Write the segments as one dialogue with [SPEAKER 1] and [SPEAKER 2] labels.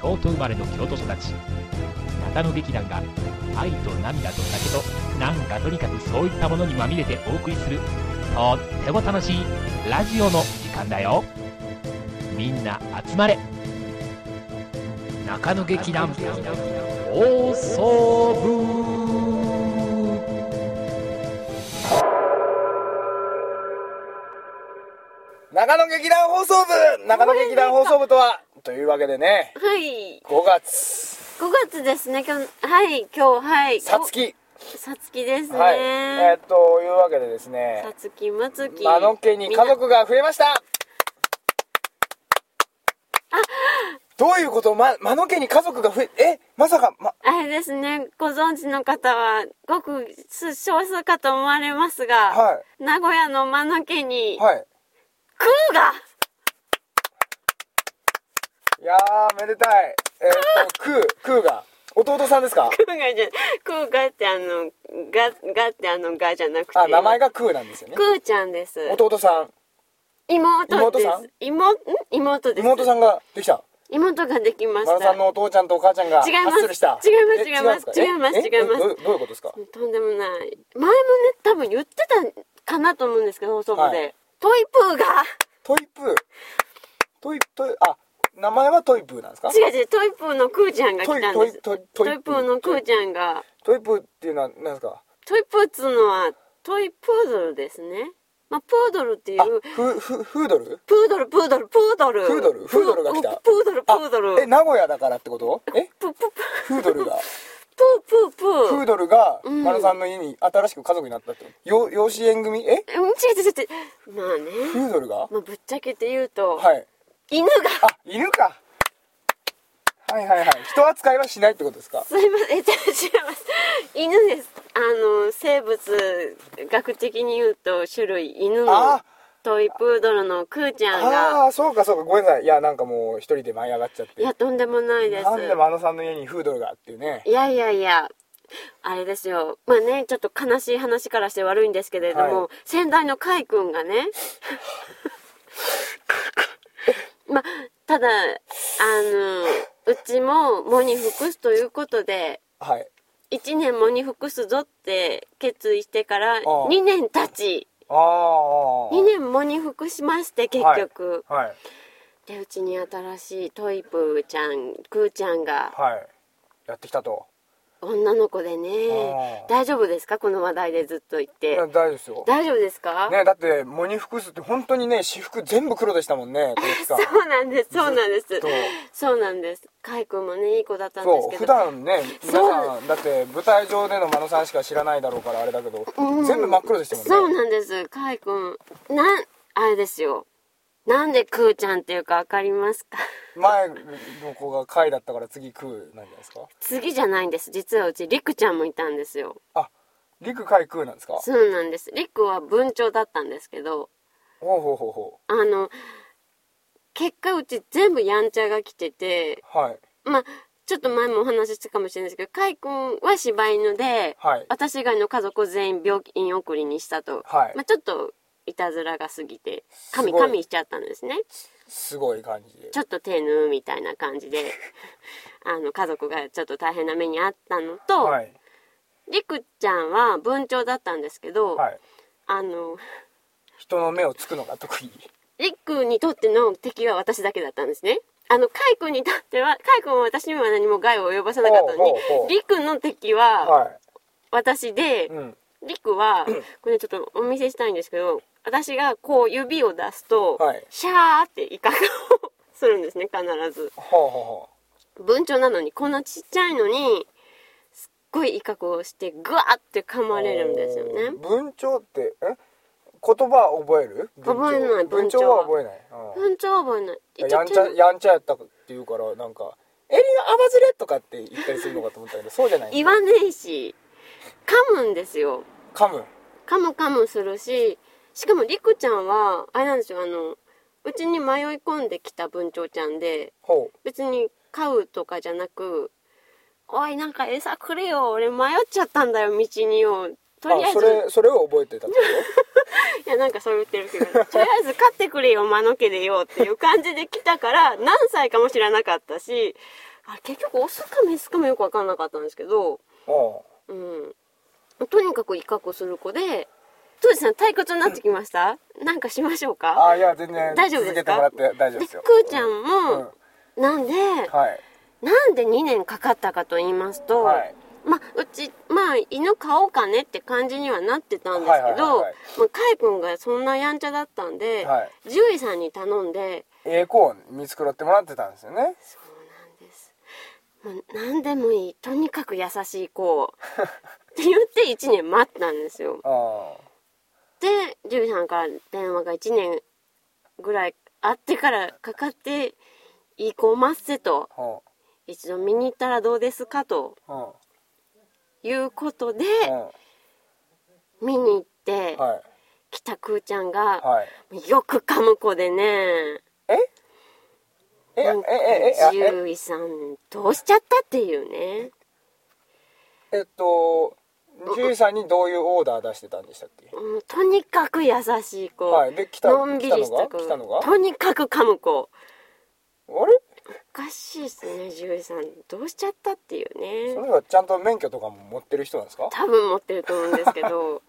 [SPEAKER 1] 京都生まれの京都育ち中野劇団が愛と涙と酒となんかとにかくそういったものにまみれてお送りするとっても楽しいラジオの時間だよみんな集まれ中野劇団放送部
[SPEAKER 2] 長野劇団放送部長野劇団放送部とはというわけでね
[SPEAKER 3] は
[SPEAKER 2] 5
[SPEAKER 3] い、
[SPEAKER 2] 月
[SPEAKER 3] 5月ですね。今日はい、今日はい。
[SPEAKER 2] さつき
[SPEAKER 3] お。さつきですね。
[SPEAKER 2] はいえーっというわけでですね
[SPEAKER 3] さつきまつき。
[SPEAKER 2] 間野家に家族が増えましたどういうこと、ま、間野家に家族が増ええまさか、ま、
[SPEAKER 3] あれですね、ご存知の方は、ごく少数かと思われますが、
[SPEAKER 2] は
[SPEAKER 3] 名古屋の間の家に、
[SPEAKER 2] はい
[SPEAKER 3] クーが
[SPEAKER 2] いやーめでたいえーっとクークーが弟さんですか
[SPEAKER 3] クーがじゃ、クーがってあの、が、がってあの、がじゃなくて。
[SPEAKER 2] あ名前がクーなんですよね
[SPEAKER 3] クーちゃんです。
[SPEAKER 2] 弟さん
[SPEAKER 3] 妹です
[SPEAKER 2] 妹さん。
[SPEAKER 3] 妹ん妹です。
[SPEAKER 2] 妹さんができた
[SPEAKER 3] 妹ができました。
[SPEAKER 2] 真野さんのお父ちゃんとお母ちゃんがハ
[SPEAKER 3] 違います
[SPEAKER 2] ッスルした
[SPEAKER 3] 違います
[SPEAKER 2] え
[SPEAKER 3] 違います
[SPEAKER 2] 違
[SPEAKER 3] 違
[SPEAKER 2] う
[SPEAKER 3] い
[SPEAKER 2] んで
[SPEAKER 3] ます
[SPEAKER 2] かえ
[SPEAKER 3] 違います
[SPEAKER 2] えどうどういうことですか
[SPEAKER 3] とんでもない前もね多分言ってたかなと思うんですけど放送部で、
[SPEAKER 2] はい
[SPEAKER 3] トイプーが
[SPEAKER 2] トイプートイトイあ名前はトイプーなんですか
[SPEAKER 3] 違う違うトイプーのクーちゃんが
[SPEAKER 2] ト
[SPEAKER 3] 来
[SPEAKER 2] イ
[SPEAKER 3] たん
[SPEAKER 2] ト
[SPEAKER 3] で
[SPEAKER 2] イ
[SPEAKER 3] す
[SPEAKER 2] トイ
[SPEAKER 3] トイプーのクーちゃんが
[SPEAKER 2] トイプーっていうのは何ですか
[SPEAKER 3] トイプーっつうのはトイプードルですねまあプードルっていう
[SPEAKER 2] あフフフードル
[SPEAKER 3] プードルプードルプードル
[SPEAKER 2] フードルフードルが来た
[SPEAKER 3] ププードルプ
[SPEAKER 2] あ
[SPEAKER 3] ードル
[SPEAKER 2] え名古屋だからってことえ
[SPEAKER 3] プープ
[SPEAKER 2] フ
[SPEAKER 3] ープ
[SPEAKER 2] ード ルが
[SPEAKER 3] ープープー
[SPEAKER 2] フ
[SPEAKER 3] プー
[SPEAKER 2] ードルが
[SPEAKER 3] うん
[SPEAKER 2] 丸さんの家に新しく家族になったってことよ養子縁組え
[SPEAKER 3] うん違う違う違うまあね、
[SPEAKER 2] フードルが
[SPEAKER 3] まあ、ぶっちゃけて言うと、
[SPEAKER 2] はい
[SPEAKER 3] 犬が
[SPEAKER 2] あ犬かはいはいはい人扱いはしないってことですか
[SPEAKER 3] すいません、え、違う違います。犬です。あの、生物学的に言うと種類犬の
[SPEAKER 2] あ
[SPEAKER 3] トイプードルのクーちゃん
[SPEAKER 2] あ
[SPEAKER 3] が、
[SPEAKER 2] あそうかそうかごめんなさいいやなんかもう一人で舞い上がっちゃって
[SPEAKER 3] いや、とんでもないです
[SPEAKER 2] な。んで真野さんの家にフードルがっていうね
[SPEAKER 3] いやいやいや、あれですよ。まあね、ちょっと悲しい話からして悪いんですけれども、
[SPEAKER 2] はい
[SPEAKER 3] 先代のカイ君 がね、まあ、ただ、あの、うちも喪に服すということで、
[SPEAKER 2] はい
[SPEAKER 3] 1年もに服すぞって決意してから
[SPEAKER 2] ああ
[SPEAKER 3] 2年経ち
[SPEAKER 2] ああ
[SPEAKER 3] 2年もに服しまして結局、
[SPEAKER 2] はい
[SPEAKER 3] でうちに新しいトイプーちゃんクーちゃんが
[SPEAKER 2] はいやってきたと
[SPEAKER 3] 女の子でね
[SPEAKER 2] ああ
[SPEAKER 3] 大丈夫ですかこの話題でずっと言っ
[SPEAKER 2] い
[SPEAKER 3] て
[SPEAKER 2] や大丈夫ですよ
[SPEAKER 3] 大丈夫ですか、
[SPEAKER 2] ねだってモニ服スって本当にね私服全部黒でしたもん ねこの期
[SPEAKER 3] そ
[SPEAKER 2] 間
[SPEAKER 3] うなんですそうなんです
[SPEAKER 2] と
[SPEAKER 3] そうなんですカイ君もねいい子だったんです
[SPEAKER 2] そう
[SPEAKER 3] けど
[SPEAKER 2] 普段ね皆
[SPEAKER 3] そう
[SPEAKER 2] さんだって舞台上での真野さんしか知らないだろうからあれだけど
[SPEAKER 3] うん
[SPEAKER 2] 全部真っ黒でした
[SPEAKER 3] そ
[SPEAKER 2] もん
[SPEAKER 3] う
[SPEAKER 2] ね
[SPEAKER 3] なんですカイ君なんあれですよなんでクーちゃんっていうかわかりますか
[SPEAKER 2] 前の子が貝だったから次食うなんじゃないですか
[SPEAKER 3] 次じゃないんです実はうちりくちゃんもいたんですよ
[SPEAKER 2] あ陸貝食うなんですか
[SPEAKER 3] そうなんですりくは文鳥だったんですけど
[SPEAKER 2] ほうほうほうほ
[SPEAKER 3] あの結果うち全部やんちゃが来てて
[SPEAKER 2] うはい
[SPEAKER 3] まあちょっと前もお話ししたかもしれないですけどかいくんは柴犬で、
[SPEAKER 2] はい
[SPEAKER 3] 私以外の家族を全員病院送りにしたと、
[SPEAKER 2] はい
[SPEAKER 3] まあ、ちょっといたずらが過ぎて
[SPEAKER 2] すご
[SPEAKER 3] 神
[SPEAKER 2] い
[SPEAKER 3] 神しちゃったんですね
[SPEAKER 2] すごい感じで
[SPEAKER 3] ちょっと手縫うみたいな感じで あの家族がちょっと大変な目にあったのと、
[SPEAKER 2] はい
[SPEAKER 3] りくちゃんは文鳥だったんですけど、
[SPEAKER 2] はい
[SPEAKER 3] あの
[SPEAKER 2] 人の目をつくのが得意
[SPEAKER 3] りくにとっての敵は私だけだったんですねあのカイ君にとってはカイ君は私には何も害を及ぼさなかったの
[SPEAKER 2] ほう
[SPEAKER 3] に
[SPEAKER 2] ほうほう
[SPEAKER 3] りくの敵は
[SPEAKER 2] は
[SPEAKER 3] 私
[SPEAKER 2] い、
[SPEAKER 3] で
[SPEAKER 2] うん、
[SPEAKER 3] りくはこれちょっとお見せしたいんですけど私がこう指を出すと、
[SPEAKER 2] はい
[SPEAKER 3] シャーって威嚇をするんですね必ず
[SPEAKER 2] ほうほうほ
[SPEAKER 3] 文鳥なのにこんなちっちゃいのにすっごい威嚇をしてグワーって噛
[SPEAKER 2] う
[SPEAKER 3] まれるんですよね
[SPEAKER 2] 文鳥ってえ言葉は覚える文鳥
[SPEAKER 3] 覚えない
[SPEAKER 2] 文
[SPEAKER 3] 文
[SPEAKER 2] 鳥
[SPEAKER 3] 鳥
[SPEAKER 2] は
[SPEAKER 3] は
[SPEAKER 2] 覚えない、
[SPEAKER 3] 文鳥は覚えない
[SPEAKER 2] うん、
[SPEAKER 3] 一
[SPEAKER 2] や
[SPEAKER 3] 応
[SPEAKER 2] んちゃ
[SPEAKER 3] 手の
[SPEAKER 2] やんちゃやったっていうからなんか「エリアアバズレ」とかって言ったりするのかと思ったけどそうじゃない
[SPEAKER 3] 言わねえし噛むんですよ
[SPEAKER 2] 噛む
[SPEAKER 3] カムカムするししかもりくちゃんはあれなんですよあのうちに迷い込んできた文鳥ちゃんで
[SPEAKER 2] ほ
[SPEAKER 3] 別に飼うとかじゃなく「おいなんか餌くれよ俺迷っちゃったんだよ道によ」
[SPEAKER 2] う
[SPEAKER 3] とりあ
[SPEAKER 2] あ
[SPEAKER 3] え
[SPEAKER 2] そ
[SPEAKER 3] ず
[SPEAKER 2] れそれを覚えてたってこ
[SPEAKER 3] いやなんかそう言ってるけど「とりあえず飼ってくれよ間の毛でよ」っていう感じで来たから何歳かも知らなかったしあれ結局オスかメスかもよく分かんなかったんですけど、
[SPEAKER 2] お
[SPEAKER 3] うん、とにかく威嚇する子で当時さん退屈になってきましたなんかしましょう
[SPEAKER 2] あ
[SPEAKER 3] か
[SPEAKER 2] あいや全然
[SPEAKER 3] 大丈夫で
[SPEAKER 2] 続け
[SPEAKER 3] すか
[SPEAKER 2] てもらって大丈夫
[SPEAKER 3] で
[SPEAKER 2] です
[SPEAKER 3] く
[SPEAKER 2] よ
[SPEAKER 3] ーちゃん
[SPEAKER 2] うん
[SPEAKER 3] も、なんで、
[SPEAKER 2] はい
[SPEAKER 3] なんで2年かかったかと言いますと、
[SPEAKER 2] はい
[SPEAKER 3] まあうちまあ犬飼おうかねって感じにはなってたんですけ
[SPEAKER 2] はいはいはい
[SPEAKER 3] ど
[SPEAKER 2] はい
[SPEAKER 3] まあカイ君がそんなやんちゃだったんで、
[SPEAKER 2] はい
[SPEAKER 3] 獣医さんに頼んで
[SPEAKER 2] 栄光を見繕ってもらってたんですよね
[SPEAKER 3] そうなんですもう何でもいいとにかく優しい子をって言って1年待ったんですよ
[SPEAKER 2] ああ
[SPEAKER 3] で獣医さんから電話が1年ぐらいあってからかかっていい子を待つせと
[SPEAKER 2] ほ
[SPEAKER 3] 一度見に行ったらどうですかと
[SPEAKER 2] うほ
[SPEAKER 3] いうことで
[SPEAKER 2] うほ
[SPEAKER 3] 見に行って
[SPEAKER 2] うはい
[SPEAKER 3] 来たくーちゃんが
[SPEAKER 2] はい
[SPEAKER 3] よく噛む子でね
[SPEAKER 2] えええ
[SPEAKER 3] なんか
[SPEAKER 2] えええ
[SPEAKER 3] 獣医さんどうしちゃったっていうね
[SPEAKER 2] ええっと獣医さんにどういうオーダー出してたんでしたっけ
[SPEAKER 3] うんとにかく優しい子、
[SPEAKER 2] はいで来た
[SPEAKER 3] のんびりした子
[SPEAKER 2] 来たのが来たのが
[SPEAKER 3] とにかく噛む子
[SPEAKER 2] あれ
[SPEAKER 3] おかしいですね獣医さんどうしちゃったっていう
[SPEAKER 2] そ
[SPEAKER 3] ね
[SPEAKER 2] れはちゃんと免許とかも持ってる人なんですか
[SPEAKER 3] 多分持ってると思うんですけ ど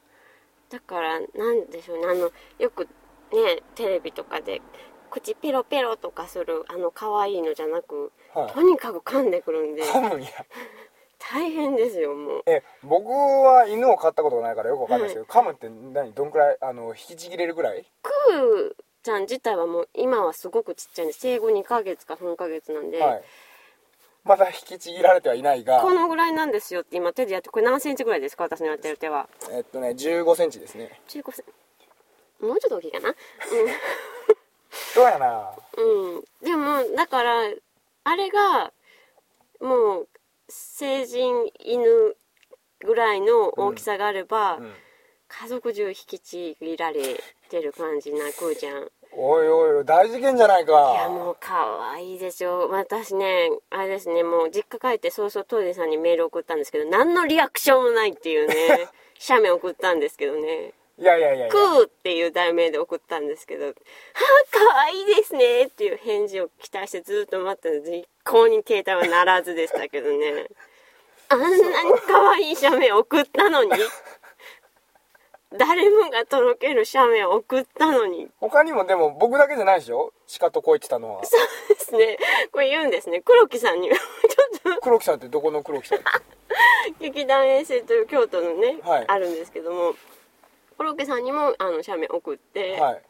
[SPEAKER 3] だからなんでしょうねあのよくねテレビとかで口ペロペロとかするあの可愛いのじゃなく
[SPEAKER 2] はい
[SPEAKER 3] とにかく噛んでくる んで
[SPEAKER 2] 噛むんや
[SPEAKER 3] 大変ですよもう
[SPEAKER 2] え僕は犬を飼ったことがないからよくわかんないですけど、噛むって何どんくらいあの引きちぎれるぐらい
[SPEAKER 3] クーちゃん自体はもう今はすごくちっちゃいんで生後2ヶ月か3ヶ月なんで、
[SPEAKER 2] はいまだ引きちぎられてはいないが
[SPEAKER 3] このぐらいなんですよって今手でやってこれ何センチぐらいですか私のやってる手は
[SPEAKER 2] えっとね1 5センチですね
[SPEAKER 3] 中古もうちょっと大きいかな
[SPEAKER 2] そうやな
[SPEAKER 3] うん、うん、でもだからあれがもう成人犬ぐらいの大きさがあれば、
[SPEAKER 2] うん
[SPEAKER 3] 家族中引きちぎられてる感じなクーちゃん
[SPEAKER 2] おいおいおい大事件じゃないか
[SPEAKER 3] いやもう可愛いでしょ私ねあれですねもう実家帰って早々トイレさんにメール送ったんですけど何のリアクションもないっていう ね写メ送ったんですけどね
[SPEAKER 2] いやいやいやいや
[SPEAKER 3] クーっていう題名で送ったんですけど「はあ可愛いですね」っていう返事を期待してずっと待ったので一向に携帯はならずでしたけ どねあんなに可愛い写メ送った のに誰もがとろける写メを送ったのに
[SPEAKER 2] 他にもでも僕だけじゃないでしょ鹿とこいってたのは
[SPEAKER 3] そうですねこれ言うんですね黒木さんにちょっ
[SPEAKER 2] 黒木さんってどこの黒木さん
[SPEAKER 3] と劇団遠征という京都のね、
[SPEAKER 2] はい
[SPEAKER 3] あるんですけども黒木さんにもあの写メ送って、
[SPEAKER 2] はい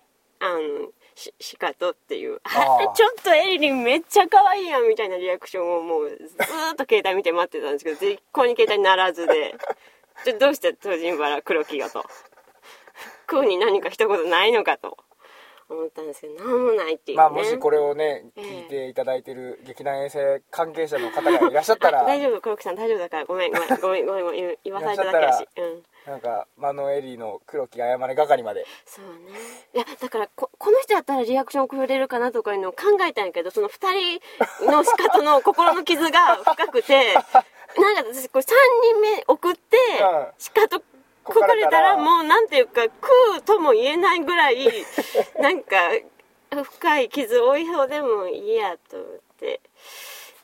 [SPEAKER 3] あのしシカトっていう「
[SPEAKER 2] あー
[SPEAKER 3] あ ちょっとエリリンめっちゃ可愛いやん」みたいなリアクションをもうずーっと携帯見て待ってたんですけど一向に携帯ならずで 「ちょどうして巨人原黒木よ」と 「クーに何か一言ないのか」と思ったんですけど何もないっていうね、
[SPEAKER 2] まあもしこれをね
[SPEAKER 3] ええ
[SPEAKER 2] 聞いていただいてる劇団衛星関係者の方がいらっしゃったら
[SPEAKER 3] あ 大丈夫黒木さん大丈夫だからごめんごめんごめんごめんごめん言う言わされただけ
[SPEAKER 2] いら
[SPEAKER 3] だ
[SPEAKER 2] っし
[SPEAKER 3] し
[SPEAKER 2] ゃっ
[SPEAKER 3] うん
[SPEAKER 2] なんかマノエリーの黒木謝れ係まで
[SPEAKER 3] そうねいやだからここの人やったらリアクションくれるかなとかいうのを考えたんやけどその2人の仕方の心の傷が深く てなんか私これ3人目送って
[SPEAKER 2] うん
[SPEAKER 3] しかと
[SPEAKER 2] こ
[SPEAKER 3] こ
[SPEAKER 2] か
[SPEAKER 3] か
[SPEAKER 2] れ
[SPEAKER 3] れ
[SPEAKER 2] たら
[SPEAKER 3] たらもうなんていうか食うとも言えないぐらいなんか深い傷を負いそうでもいいやと思って。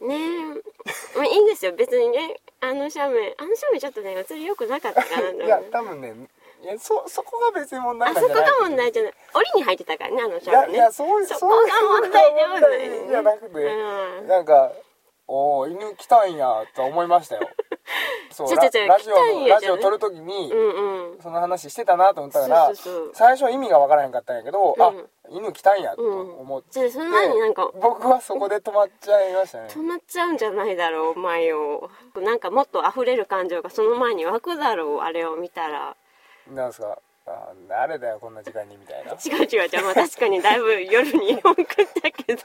[SPEAKER 3] ねえ、まあ、いいんですよ別にねあの斜面あの斜面ちょっとね映り良くなかったかなと 思
[SPEAKER 2] いや
[SPEAKER 3] う
[SPEAKER 2] 多分ねいやそそこが別に問題
[SPEAKER 3] あ
[SPEAKER 2] な
[SPEAKER 3] そ
[SPEAKER 2] ん
[SPEAKER 3] こ
[SPEAKER 2] じゃない
[SPEAKER 3] が問題じゃない檻に入ってたからねあの
[SPEAKER 2] い
[SPEAKER 3] シャワ
[SPEAKER 2] や
[SPEAKER 3] ー
[SPEAKER 2] い
[SPEAKER 3] ね
[SPEAKER 2] やそういう
[SPEAKER 3] そこ
[SPEAKER 2] そういう
[SPEAKER 3] が問題ではない
[SPEAKER 2] 問題じゃなくて、
[SPEAKER 3] うん
[SPEAKER 2] なんかおお犬来たんやとは思いました よそう
[SPEAKER 3] ちょ
[SPEAKER 2] ラ
[SPEAKER 3] ちょちょ
[SPEAKER 2] ラジ
[SPEAKER 3] 来た
[SPEAKER 2] オ
[SPEAKER 3] ん
[SPEAKER 2] の
[SPEAKER 3] や
[SPEAKER 2] ラジオ撮る時に、
[SPEAKER 3] うんうん
[SPEAKER 2] その話してたなと思ったから
[SPEAKER 3] そうそうそう
[SPEAKER 2] 最初は意味がわからへんかったんやけど、あ犬来たんやと思って、
[SPEAKER 3] うんじゃあその前になんか
[SPEAKER 2] 僕はそこで止まっちゃいましたね
[SPEAKER 3] 止まっちゃうんじゃないだろうお前をなんかもっと溢れる感情がその前に湧くだろうあれを見たら
[SPEAKER 2] なんですかあ誰だよこんな時間にみたい な
[SPEAKER 3] 違う違う違う、まあ、確かにだいぶ夜に 送ったけど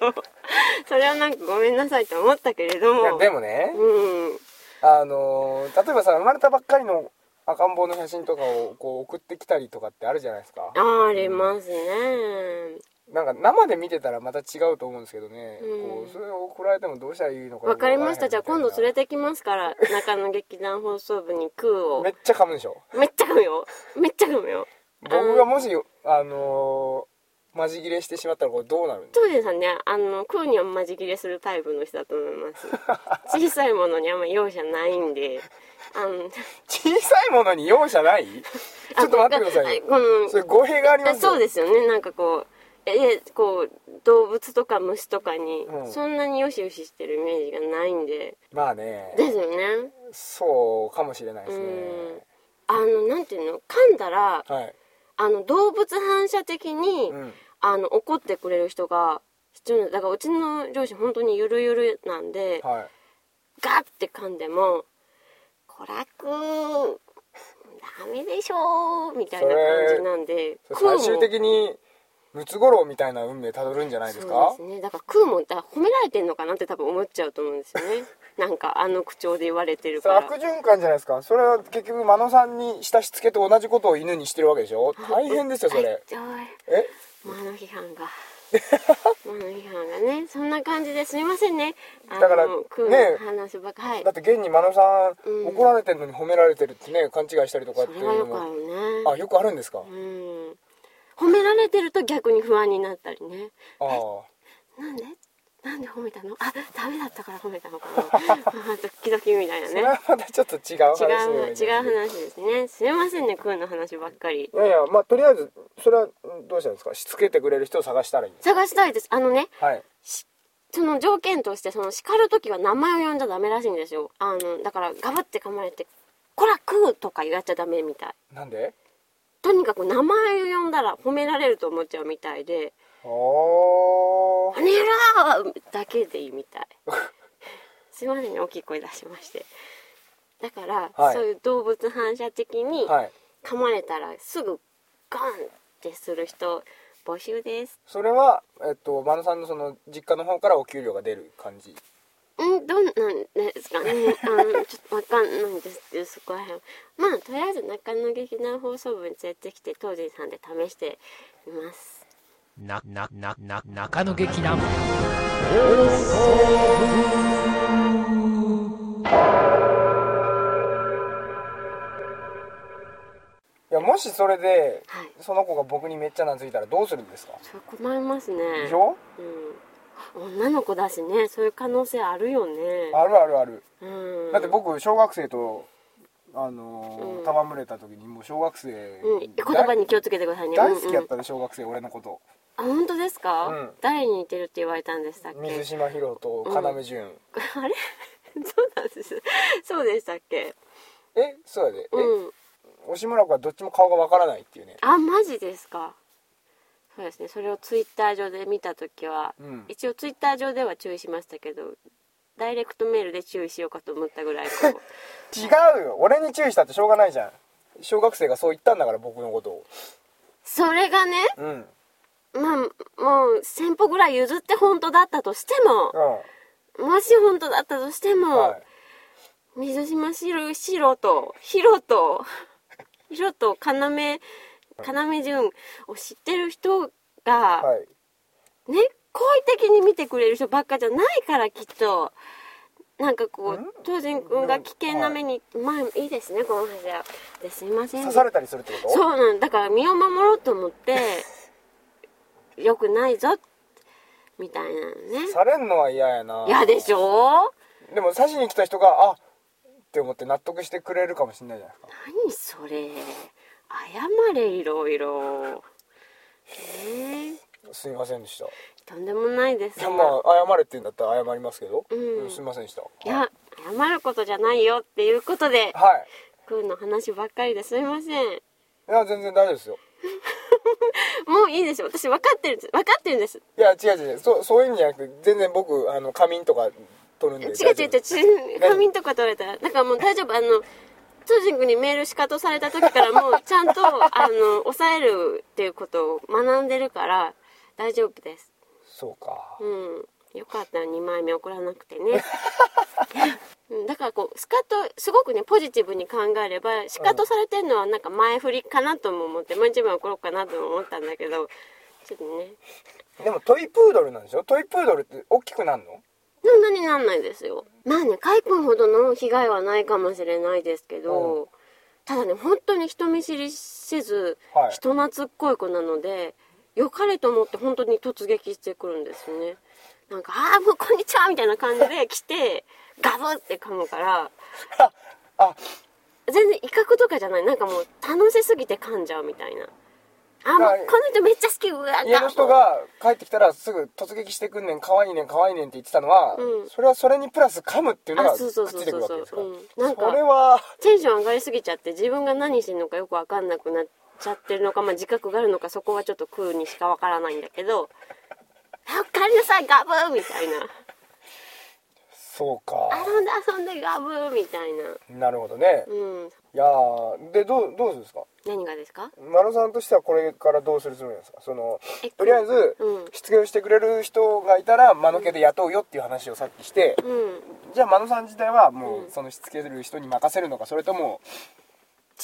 [SPEAKER 3] それはなんかごめんなさいと思ったけれど
[SPEAKER 2] いや
[SPEAKER 3] も
[SPEAKER 2] でもね、
[SPEAKER 3] うん
[SPEAKER 2] あのー例えばさ生まれたばっかりの赤ん坊の写真とかをこう送ってきたりとかってあるじゃないですか
[SPEAKER 3] あありますね
[SPEAKER 2] なんか生で見てたらまた違うと思うんですけどね、
[SPEAKER 3] うん
[SPEAKER 2] こうそれを送られてもどうしたらいいのか
[SPEAKER 3] わかりましたじゃあ今度連れ
[SPEAKER 2] て
[SPEAKER 3] てきますから中野劇団放送部にクーを
[SPEAKER 2] めっちゃ噛むでしょ
[SPEAKER 3] めっちゃ噛むよめっちゃ噛むよ
[SPEAKER 2] 僕がもしあのマジ切れしてしまったらこれどうなるんだ
[SPEAKER 3] そうですねあの食うにはまじ切れするタイプの人だと思います 小さいものにあんま容赦ないんであの
[SPEAKER 2] 小さいものに容赦ない ちょっと待ってくださいよ
[SPEAKER 3] あうん
[SPEAKER 2] それ語弊がありま
[SPEAKER 3] あ
[SPEAKER 2] すよ
[SPEAKER 3] そうですよねなんかこうえこう動物とか虫とかに
[SPEAKER 2] うん
[SPEAKER 3] そんなによしよししてるイメージがないんで、
[SPEAKER 2] まあね
[SPEAKER 3] ですよね
[SPEAKER 2] そうかもしれないですね
[SPEAKER 3] うんあのなんていうの噛んだら
[SPEAKER 2] はい、
[SPEAKER 3] あの動物反射的に、
[SPEAKER 2] うん、
[SPEAKER 3] あの怒ってくれる人が必要なだからうちの両親本当にゆるゆるなんで、
[SPEAKER 2] はい
[SPEAKER 3] ガッて噛んでも「こらくーダメでしょー」みたいな感じなんで
[SPEAKER 2] それ最終
[SPEAKER 3] 食うも
[SPEAKER 2] 的にムツゴロウみたいな運命たどるんじゃないですか
[SPEAKER 3] そうですねだから食うもんだから褒められてんのかなって多分思っちゃうと思うんです よねなんかあの口調で言われてる
[SPEAKER 2] そ
[SPEAKER 3] か
[SPEAKER 2] れ
[SPEAKER 3] ら
[SPEAKER 2] 悪循環じゃないですかそれは結局真野さんに親しつけと同じことを犬にしてるわけでしょ大変ですよそ
[SPEAKER 3] はい
[SPEAKER 2] れ
[SPEAKER 3] じゃあ
[SPEAKER 2] え
[SPEAKER 3] 魔の批 判が魔の批判がねそんな感じですみませんねあの
[SPEAKER 2] だから
[SPEAKER 3] 食う
[SPEAKER 2] ね
[SPEAKER 3] 話ばっかはい
[SPEAKER 2] だって現に真野さん、
[SPEAKER 3] うん
[SPEAKER 2] 怒られてるのに褒められてるってね勘違いしたりとかっ
[SPEAKER 3] そ
[SPEAKER 2] てい
[SPEAKER 3] れはよ
[SPEAKER 2] うの
[SPEAKER 3] くあ
[SPEAKER 2] も
[SPEAKER 3] るね
[SPEAKER 2] あよくあるんですか
[SPEAKER 3] うん褒められてると逆に不安になったりね
[SPEAKER 2] ああ
[SPEAKER 3] なんでなんで褒めたのあダメだったから褒めたのかな まあ時々みたいな
[SPEAKER 2] そ
[SPEAKER 3] ね
[SPEAKER 2] れはまたちょっと違う話の
[SPEAKER 3] 違
[SPEAKER 2] よ
[SPEAKER 3] う
[SPEAKER 2] ね
[SPEAKER 3] 違う話ですねすいませんねクーの話ばっかり
[SPEAKER 2] いやいやまあとりあえずそれはうんどうしたらいいですかしつけてくれる人を探したらいいんです
[SPEAKER 3] 探したいですあのね
[SPEAKER 2] はい
[SPEAKER 3] その条件としてその叱る時は名前を呼んじゃダメらしいんですよあのだからガバって噛まれて「こら食う」とか言っちゃダメみたい
[SPEAKER 2] なんで
[SPEAKER 3] とにかく名前を呼んだら褒められると思っちゃうみたいで
[SPEAKER 2] ああ
[SPEAKER 3] 「この野郎!」だけでいいみ たいすいませんね大きい声出しましてだから、
[SPEAKER 2] はい
[SPEAKER 3] そういう動物反射的に
[SPEAKER 2] はい
[SPEAKER 3] 噛まれたらすぐガンってする人募集です
[SPEAKER 2] それは、えっと、真野さんのその実家の方からお給料が出る感じ
[SPEAKER 3] んどんなんですかね あのちょっとわかんないですけどそこら辺まあとりあえず中野劇団放送部に連れてきて当時さんで試してみます
[SPEAKER 1] な、な、な、な、中野劇団。
[SPEAKER 2] いやもしそれで、
[SPEAKER 3] はい
[SPEAKER 2] その子が僕にめっちゃ懐いたらどうするんですか、
[SPEAKER 3] それ困りますね
[SPEAKER 2] でしょ
[SPEAKER 3] うん、女の子だしねそういう可能性あるよね
[SPEAKER 2] あるあるある、
[SPEAKER 3] うん
[SPEAKER 2] だって僕小学生とあのー
[SPEAKER 3] うん
[SPEAKER 2] 戯れた時にもう小学生、
[SPEAKER 3] うん、言葉に気をつけてくださいね
[SPEAKER 2] 大大好きやっ
[SPEAKER 3] うんうん
[SPEAKER 2] たね小学生俺のこと
[SPEAKER 3] あ本当ですか、
[SPEAKER 2] うん
[SPEAKER 3] 誰に似てるって言われたんでしたっけ
[SPEAKER 2] 水島ヒロと要潤、
[SPEAKER 3] あれそうなんですそうでしたっけ
[SPEAKER 2] えそうやで、
[SPEAKER 3] うん
[SPEAKER 2] え押村子はどっちも顔がわからないっていうね
[SPEAKER 3] あマジですかそうですねそれをツイッター上で見た時は、
[SPEAKER 2] うん
[SPEAKER 3] 一応ツイッター上では注意しましたけどダイレクトメールで注意しようかと思ったぐらいこ
[SPEAKER 2] 違うよ俺に注意したってしょうがないじゃん小学生がそう言ったんだから僕のことを
[SPEAKER 3] うそれがね
[SPEAKER 2] うんうん
[SPEAKER 3] まあもう1,000歩ぐらい譲って本当だったとしてももし本当だったとしても、
[SPEAKER 2] はい
[SPEAKER 3] 水島しろしろとひろと ひろと要要潤を知ってる人が、
[SPEAKER 2] はい
[SPEAKER 3] ね好意的に見てくれる人ばっかじゃないからきっとなんかこ
[SPEAKER 2] ん
[SPEAKER 3] う当然君が危険な目に、まあいいですねこの話はですいません
[SPEAKER 2] 刺
[SPEAKER 3] そ
[SPEAKER 2] さ
[SPEAKER 3] う
[SPEAKER 2] れたりするってこと
[SPEAKER 3] なんだから身を守ろうと思って よくないぞみたいなのね
[SPEAKER 2] されんのは嫌やな
[SPEAKER 3] 嫌でしょ
[SPEAKER 2] でも刺しに来た人があって思って納得してくれるかもしれないじゃないですか
[SPEAKER 3] 何それ謝れいろいろえー
[SPEAKER 2] すいませんでした
[SPEAKER 3] とんでもないです
[SPEAKER 2] いやまあ謝れって言うんだったら謝りますけど、
[SPEAKER 3] うん
[SPEAKER 2] うんすいませんでした
[SPEAKER 3] いや謝ることじゃないよっていうこと
[SPEAKER 2] はい
[SPEAKER 3] で君の話ばっかりですいません
[SPEAKER 2] いや全然大丈夫ですよ
[SPEAKER 3] もういいでしょ私分かってるんです分かってるんです
[SPEAKER 2] いや違う違うそうそういうんじゃなくて全然僕あの仮眠とか取るんで
[SPEAKER 3] 違う
[SPEAKER 2] 大
[SPEAKER 3] 違
[SPEAKER 2] 丈
[SPEAKER 3] う
[SPEAKER 2] 夫です
[SPEAKER 3] 違う仮眠とか取れたらだからもう大丈夫あのトジン君にメール仕方された時からもうちゃんとあの抑えるっていうことを学んでるから大丈夫です
[SPEAKER 2] そうか
[SPEAKER 3] うんよかったら2枚目送らなくてねうんだからこうスカッとすごくねポジティブに考えればシカッとされてるのはなんか前振りかなとも思ってもう一枚送ろうかなとも思ったんだけどちょっとね
[SPEAKER 2] でもトイプードルなんでしょトイプードルって大きくなるの
[SPEAKER 3] そんなになんないですよまあねカイ君ほどの被害はないかもしれないですけど、ただね本当に人見知りせず、
[SPEAKER 2] はい
[SPEAKER 3] 人懐っこい子なので良かれと思って本当に突撃してくるんですよねなんか「ああもうこんにちは」みたいな感じ で来てガブって噛むから
[SPEAKER 2] あ
[SPEAKER 3] 全然威嚇とかじゃないなんかもう楽しすぎて噛んじゃうみたいな「あーも
[SPEAKER 2] はいう
[SPEAKER 3] この人めっちゃ好きうわ
[SPEAKER 2] 家の人が帰ってきたらすぐ突撃してくんねん可愛いねん可愛いねんって言ってたのは、
[SPEAKER 3] うん
[SPEAKER 2] それはそれにプラス噛むっていうのが
[SPEAKER 3] あ
[SPEAKER 2] つ
[SPEAKER 3] そうそうそう
[SPEAKER 2] いてく
[SPEAKER 3] そ
[SPEAKER 2] る
[SPEAKER 3] う
[SPEAKER 2] わけ
[SPEAKER 3] そ
[SPEAKER 2] で
[SPEAKER 3] う
[SPEAKER 2] すから
[SPEAKER 3] うん、なん
[SPEAKER 2] それ
[SPEAKER 3] か
[SPEAKER 2] は
[SPEAKER 3] テンション上がりすぎちゃって自分が何してんのかよく分かんなくなっちゃってるのか、まあ、自覚があるのかそこはちょっと空にしか分からないんだけど「あおかえりなさいガブー!」みたいな
[SPEAKER 2] そうか
[SPEAKER 3] 「遊んで遊んでガブー!」みたいな
[SPEAKER 2] なるほどね、
[SPEAKER 3] うん
[SPEAKER 2] いやーでどうどうするんですか
[SPEAKER 3] 何がですか
[SPEAKER 2] マロさんとしてはこれからどうするつもりなんですかその
[SPEAKER 3] え
[SPEAKER 2] とりあえず、
[SPEAKER 3] うん
[SPEAKER 2] しつけをしてくれる人がいたら間抜けで雇うよっていう話をさっきして、
[SPEAKER 3] うん
[SPEAKER 2] じゃあ間野さん自体はも
[SPEAKER 3] うん
[SPEAKER 2] うそのしつける人に任せるのかそれとも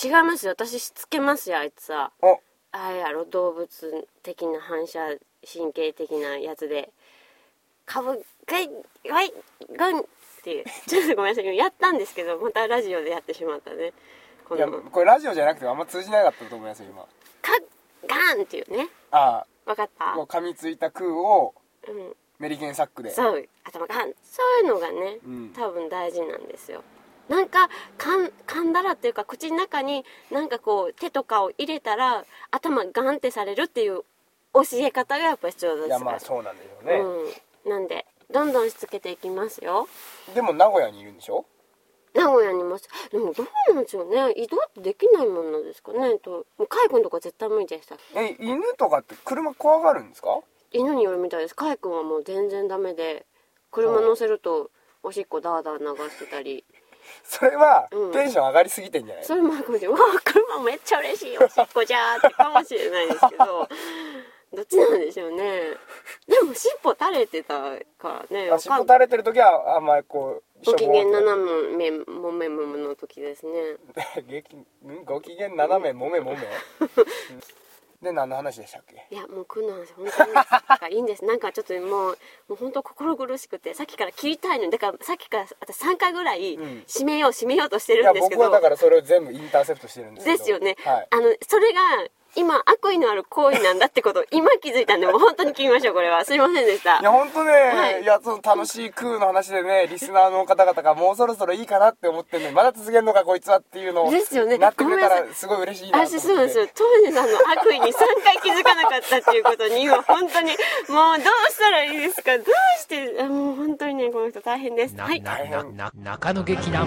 [SPEAKER 3] 違いますよ私しつけますよあいつは
[SPEAKER 2] お
[SPEAKER 3] あれやろ動物的な反射神経的なやつで「かぶがいわいぐん」っていうちょっとごめんなさいやったんですけどまたラジオでやってしまったねこ
[SPEAKER 2] いや
[SPEAKER 3] の
[SPEAKER 2] これラジオじゃなくてあんま通じなかったと思いますよ今
[SPEAKER 3] 「かガーン」っていうね
[SPEAKER 2] あ
[SPEAKER 3] わかった
[SPEAKER 2] あもう噛みついた空を
[SPEAKER 3] うん
[SPEAKER 2] メリケンサックで
[SPEAKER 3] そう頭ガンそういうのがね、
[SPEAKER 2] うん
[SPEAKER 3] 多分大事なんですよなんか噛ん噛んだらっていうか口の中になんかこう手とかを入れたら頭ガンってされるっていう教え方がやっぱ必要です
[SPEAKER 2] い
[SPEAKER 3] か
[SPEAKER 2] や
[SPEAKER 3] ら
[SPEAKER 2] まあそうなんでしょうね、
[SPEAKER 3] うん、なんでどんどんしつけていきますよ
[SPEAKER 2] でも名古屋にいるんでしょ
[SPEAKER 3] 名古屋にいますでもどうなんでしょうね移動ってできないもんなんですかねともう海君とか絶対無理でした
[SPEAKER 2] え犬とかって車怖がるんですか
[SPEAKER 3] 犬によるみたいです海君はもう全然ダメで車乗せるとおしっこダーダー流してたり
[SPEAKER 2] それは
[SPEAKER 3] うん
[SPEAKER 2] テンション上がりすぎてんじゃない、
[SPEAKER 3] それもあるかもしれない「う わ車めっちゃ嬉しいおしっこじゃー」ってかもしれないですけ どどっちなんでしょうねでも尻尾垂れてたからね
[SPEAKER 2] あ
[SPEAKER 3] わ
[SPEAKER 2] 尻尾
[SPEAKER 3] かん
[SPEAKER 2] 垂れてる時はあんまりこう
[SPEAKER 3] ご機嫌
[SPEAKER 2] しょぼー
[SPEAKER 3] 斜
[SPEAKER 2] っ
[SPEAKER 3] めもめもめの時ですね
[SPEAKER 2] とげきん ご機嫌斜めもめもめうんで何の話でしたっけ
[SPEAKER 3] いやもうこんな話本当になんかいいんですなんかちょっともうもう本当心苦しくてさっきから切りたいのにだからさっきから私3回ぐらい
[SPEAKER 2] うん
[SPEAKER 3] 締めよう締めようとして
[SPEAKER 2] い
[SPEAKER 3] る
[SPEAKER 2] や
[SPEAKER 3] んですけ
[SPEAKER 2] 僕
[SPEAKER 3] ど、
[SPEAKER 2] はだからそれを全部インターセプトしてるんですけど
[SPEAKER 3] ですよね、
[SPEAKER 2] はい
[SPEAKER 3] あのそれが今悪意のある行為なんだって ことを今気づいたんでもう本当に切りましょうこれはすいませんでした
[SPEAKER 2] いや本当ね、
[SPEAKER 3] はい
[SPEAKER 2] い、やその楽しい空の話でねリスナーの方々がもうそろそろいいかなって思ってるのにまだ続けるのかこいつはっていうのを
[SPEAKER 3] ですよね
[SPEAKER 2] なってくれた
[SPEAKER 3] ごめんな
[SPEAKER 2] らすごい嬉しいなと思っ
[SPEAKER 3] 私
[SPEAKER 2] て
[SPEAKER 3] そうなんですよトムネさんの悪意に3回気づかなかったっていうことに今本当にもうどうしたらいいですかどうしてあもう本当にねこの人大変です
[SPEAKER 1] な、
[SPEAKER 3] はい
[SPEAKER 1] な、な、な、中野劇団。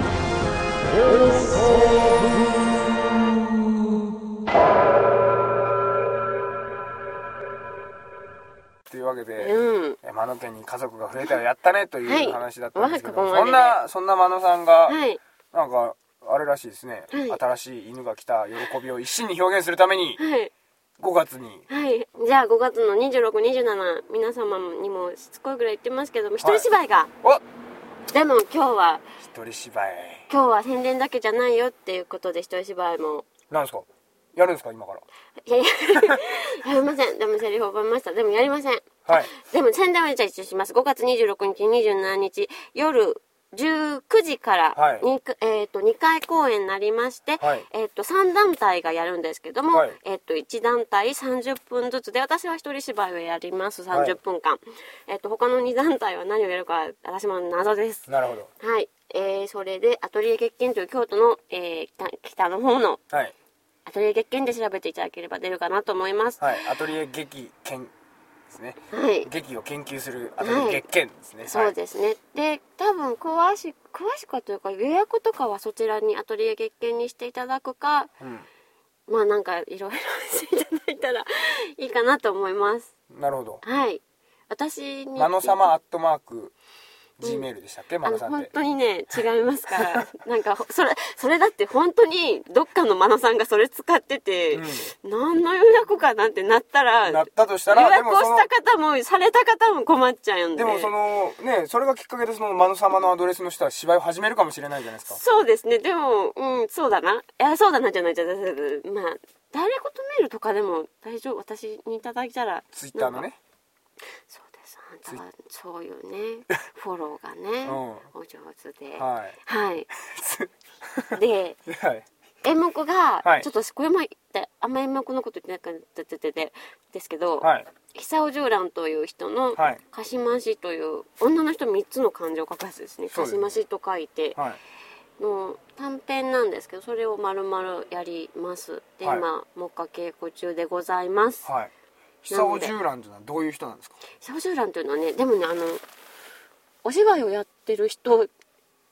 [SPEAKER 2] というわけで、
[SPEAKER 3] うん
[SPEAKER 2] え真野家に家族が増えたらやったねと
[SPEAKER 3] はい
[SPEAKER 2] いう話だったんですけど、
[SPEAKER 3] 我が子
[SPEAKER 2] そ
[SPEAKER 3] も
[SPEAKER 2] んなそんな真野さんが、
[SPEAKER 3] はい
[SPEAKER 2] なんかあれらしいですね、
[SPEAKER 3] はい
[SPEAKER 2] 新しい犬が来た喜びを一身に表現するために
[SPEAKER 3] はい
[SPEAKER 2] 5月に
[SPEAKER 3] はいじゃあ5月の2627皆様にもしつこいぐらい言ってますけども一人芝居が、
[SPEAKER 2] お
[SPEAKER 3] でも今日は
[SPEAKER 2] 一人芝居
[SPEAKER 3] 今日は宣伝だけじゃないよっていうことで一人芝居も
[SPEAKER 2] なんですかやるんですか今から
[SPEAKER 3] いやいややりませんでもセリフ覚えましたでもやりません
[SPEAKER 2] はい
[SPEAKER 3] でも宣伝はじゃあ一緒にします5月26日27日夜19時から
[SPEAKER 2] はい
[SPEAKER 3] にかえー、と2回公演になりまして、
[SPEAKER 2] はい
[SPEAKER 3] えー、と3団体がやるんですけども、
[SPEAKER 2] はい
[SPEAKER 3] えー、と1団体30分ずつで私は一人芝居をやります
[SPEAKER 2] はい
[SPEAKER 3] 30分間、えー、と他の2団体は何をやるか私も謎です
[SPEAKER 2] なるほど
[SPEAKER 3] はい、えー、それでアトリエ月見という京都の、えー北北の方の
[SPEAKER 2] はい
[SPEAKER 3] アトリエ月見で調べていただければ出るかなと思います。
[SPEAKER 2] はいアトリエ劇研ですね
[SPEAKER 3] はい
[SPEAKER 2] 劇を研究するアトリエ劇研ですね、
[SPEAKER 3] そうですね、で多分詳しく詳しくはというか予約とかはそちらにアトリエ月見にしていただくか
[SPEAKER 2] す、はい
[SPEAKER 3] まあなんかいろいろしていただいたらいいかなと思います
[SPEAKER 2] うん、なるほど
[SPEAKER 3] はい私に
[SPEAKER 2] マノ様アットマーク Gmail でしたっけ、マ
[SPEAKER 3] あ
[SPEAKER 2] ノ
[SPEAKER 3] の
[SPEAKER 2] さんっ
[SPEAKER 3] 本
[SPEAKER 2] て
[SPEAKER 3] 当にね違いますから なんかほそれそれだって本当にどっかのマナさんがそれ使ってて、何の予約かなんてなったら
[SPEAKER 2] なったとした
[SPEAKER 3] 予
[SPEAKER 2] ら
[SPEAKER 3] 約をした方もされた方も困っちゃうんで
[SPEAKER 2] でもそのねそれがきっかけでそのマノ様のアドレスの人は芝居を始めるかもしれないじゃないですか
[SPEAKER 3] そうですねでもうんそうだないやそうだなじゃないじゃないまあダイレクトメールとかでも大丈夫私にいただいたら
[SPEAKER 2] ツイッターの
[SPEAKER 3] なんか
[SPEAKER 2] ね
[SPEAKER 3] そうですあんたはそういうねフォローがね、お上手では、
[SPEAKER 2] はい
[SPEAKER 3] で
[SPEAKER 2] いはい
[SPEAKER 3] 演目が、
[SPEAKER 2] はい
[SPEAKER 3] ちょっとこれもってあんまり今このこと言ってなかったってててですけど、
[SPEAKER 2] はい
[SPEAKER 3] 久尾上蘭という人の
[SPEAKER 2] はい
[SPEAKER 3] 「かしまし」という女の人3つの漢字を書くやつですね「
[SPEAKER 2] そう
[SPEAKER 3] か
[SPEAKER 2] です
[SPEAKER 3] し
[SPEAKER 2] ね
[SPEAKER 3] まし」と書いて
[SPEAKER 2] はい
[SPEAKER 3] の短編なんですけどそれを丸々やりますで
[SPEAKER 2] はい
[SPEAKER 3] 今目下稽古中でございます
[SPEAKER 2] はい久尾十蘭というのはどういう人なんですか
[SPEAKER 3] 久尾上蘭というのはねでもねあのお芝居をやってる人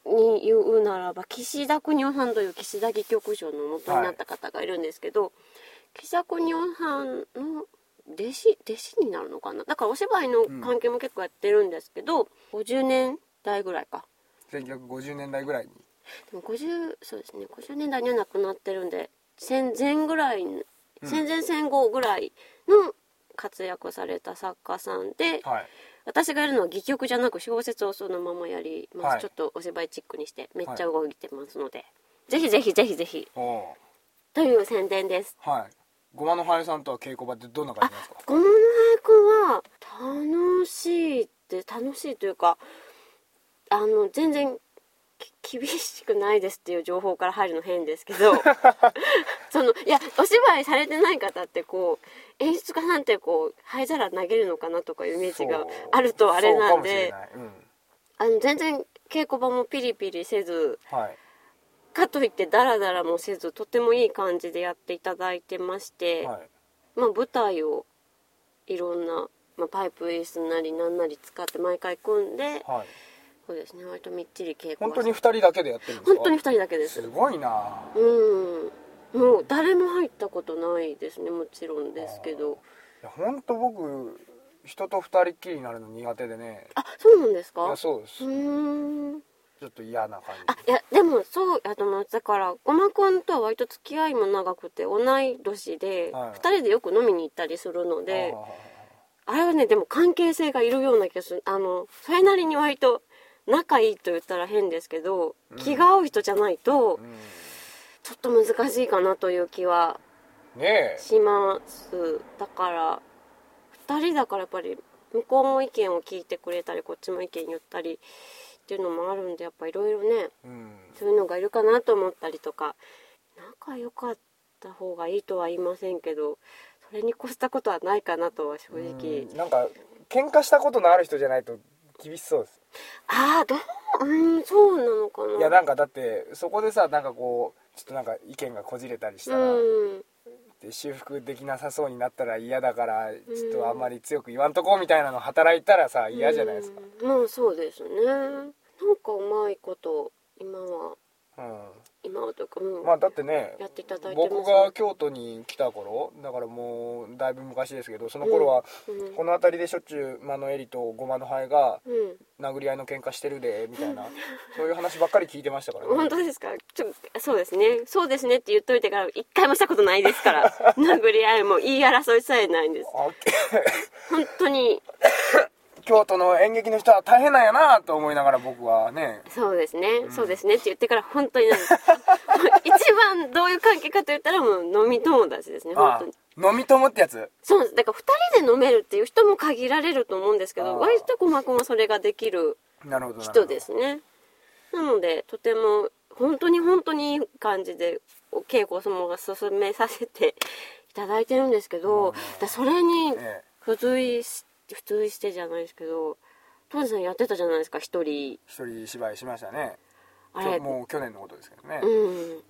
[SPEAKER 3] に言うならば岸田邦夫さんという岸田戯曲賞の元になった方がいるんですけど、岸田邦夫さんの弟子弟子になるのかなだからお芝居の関係も結構やってるんですけど、50年代ぐらいか
[SPEAKER 2] 1950年代ぐらいに
[SPEAKER 3] でも50そうですね50年代には亡くなってるんで戦前ぐらいの
[SPEAKER 2] ん
[SPEAKER 3] 戦前戦後ぐらいの活躍された作家さんで、
[SPEAKER 2] はい
[SPEAKER 3] 私がやるのは戯曲じゃなく小説をそのままやります、
[SPEAKER 2] はい
[SPEAKER 3] ちょっとお芝居チックにしてめっちゃ動いてますので、ぜひぜひぜひぜひ
[SPEAKER 2] おお
[SPEAKER 3] という宣伝です
[SPEAKER 2] ーはいごまの羽根さんとは稽古場ってどんな感じなんですか
[SPEAKER 3] この俳句は楽しいって楽しいというかあの全然き厳しくないですっていう情報から入るの変ですけ どそのいやお芝居されてない方ってこう演出家なんてこう灰皿投げるのかなとかいうイメージがあるとあれなんで
[SPEAKER 2] そうかもしれない
[SPEAKER 3] あの全然稽古場もピリピリせず
[SPEAKER 2] うんはい
[SPEAKER 3] かといってダラダラもせずとてもいい感じでやっていただいてまして、
[SPEAKER 2] はい
[SPEAKER 3] まあ、舞台をいろんな、まあ、パイプ演出なりなんなり使って毎回組んで
[SPEAKER 2] はい
[SPEAKER 3] そうですね割とみっちり稽古
[SPEAKER 2] 本当
[SPEAKER 3] は
[SPEAKER 2] に二人だけでやってるんですか
[SPEAKER 3] 本当に2人だけです
[SPEAKER 2] すごいな
[SPEAKER 3] うんもう誰も入ったことないですねもちろんですけど
[SPEAKER 2] いや本当僕人と二人っきりになるの苦手でね
[SPEAKER 3] あそうなんです
[SPEAKER 2] い
[SPEAKER 3] か
[SPEAKER 2] やそうです
[SPEAKER 3] うーん
[SPEAKER 2] ちょっと嫌な感
[SPEAKER 3] あいやでもそうやと思いますだからごまくんとは割と付き合いも長くて同い年で、
[SPEAKER 2] はい
[SPEAKER 3] 2人でよく飲みに行ったりするの
[SPEAKER 2] じ
[SPEAKER 3] で
[SPEAKER 2] あ
[SPEAKER 3] あれはねでも関係性がいるような気がするあのそれなりに割と仲いいと言ったら変ですけど、
[SPEAKER 2] うん
[SPEAKER 3] 気が合う人じゃないと
[SPEAKER 2] ーうん
[SPEAKER 3] ちょっと難しいかなという気は
[SPEAKER 2] ねえ
[SPEAKER 3] しますだから2人だからやっぱり向こうも意見を聞いてくれたりこっちも意見言ったりっていうのもあるんでやっぱいろいろね
[SPEAKER 2] うん
[SPEAKER 3] そういうのがいるかなと思ったりとか仲良かった方がいいとは言いませんけどそれに越したことはないかなとは正直
[SPEAKER 2] うんなんか喧嘩したことのある人じゃないと厳しそうです
[SPEAKER 3] ああどううんそうなのかない
[SPEAKER 2] やなんかだってそこでさなんかこうちょっとなんか意見がこじれたりしたら、
[SPEAKER 3] うん
[SPEAKER 2] で修復できなさそうになったら嫌だからちょっとあんまり強く言わんとこうみたいなの働いたらさ嫌じゃないですか
[SPEAKER 3] うんまあそうですねなんかうまいこと今は
[SPEAKER 2] うん、
[SPEAKER 3] 今はというか、うん
[SPEAKER 2] まあだってね
[SPEAKER 3] やっていただいてます
[SPEAKER 2] 僕が京都に来た頃だからもうだいぶ昔ですけどその頃は
[SPEAKER 3] うん
[SPEAKER 2] この辺りでしょっちゅうマのエリとゴマのハエが
[SPEAKER 3] うん
[SPEAKER 2] 殴り合いの喧嘩してるでみたいなそういう話ばっかり聞いてましたからね
[SPEAKER 3] 本当ですかちょそうですねそうですねって言っといてから一回もしたことないですから 殴り合いも言い争いさえないんです
[SPEAKER 2] あ
[SPEAKER 3] 本当に
[SPEAKER 2] 京都の演劇の人は大変なんやなと思いながら僕はね
[SPEAKER 3] そうですね、そうですねって言ってから本当になんです 一番どういう関係かと言ったらもう飲み友達ですね本
[SPEAKER 2] あ
[SPEAKER 3] 当に
[SPEAKER 2] 飲み友ってやつ
[SPEAKER 3] そうですだから2人で飲めるっていう人も限られると思うんですけ
[SPEAKER 2] あー
[SPEAKER 3] ど割と鼓膜もそれができる
[SPEAKER 2] なるほどなるほど
[SPEAKER 3] 人ですねなのでとても本当に本当にいい感じでお稽古をそのまま進めさせていただいてるんですけどだそれに
[SPEAKER 2] ええ
[SPEAKER 3] 付随し付随してじゃないですけど当時さんやってたじゃないですか一人
[SPEAKER 2] 一人芝居しましたね
[SPEAKER 3] あれ
[SPEAKER 2] もう去年のことですけどね
[SPEAKER 3] うん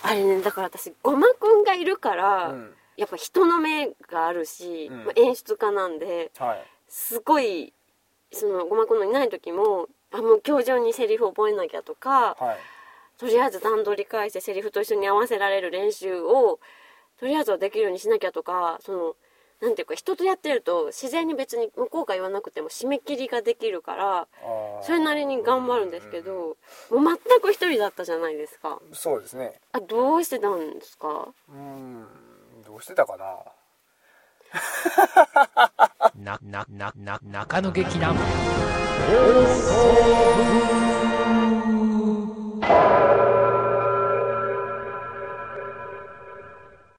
[SPEAKER 3] あれねだから私ごまくんがいるから、
[SPEAKER 2] うん
[SPEAKER 3] やっぱ人の目があるし、
[SPEAKER 2] うん
[SPEAKER 3] まあ演出家なんで
[SPEAKER 2] はい
[SPEAKER 3] すごいそのごまくんのいない時もあもう今日中にセリフ覚えなきゃとか、
[SPEAKER 2] はい
[SPEAKER 3] とりあえず段取り返してセリフと一緒に合わせられる練習をとりあえずはできるようにしなきゃとかそのなんていうか人とやってると自然に別に向こうが言わなくても締め切りができるから
[SPEAKER 2] あー
[SPEAKER 3] それなりに頑張るんですけどもう全く一人だったじゃないですか
[SPEAKER 2] そうですね
[SPEAKER 3] あどうしてたんですか
[SPEAKER 2] うんどうしてたかな
[SPEAKER 1] な、な、な、な、中野劇団。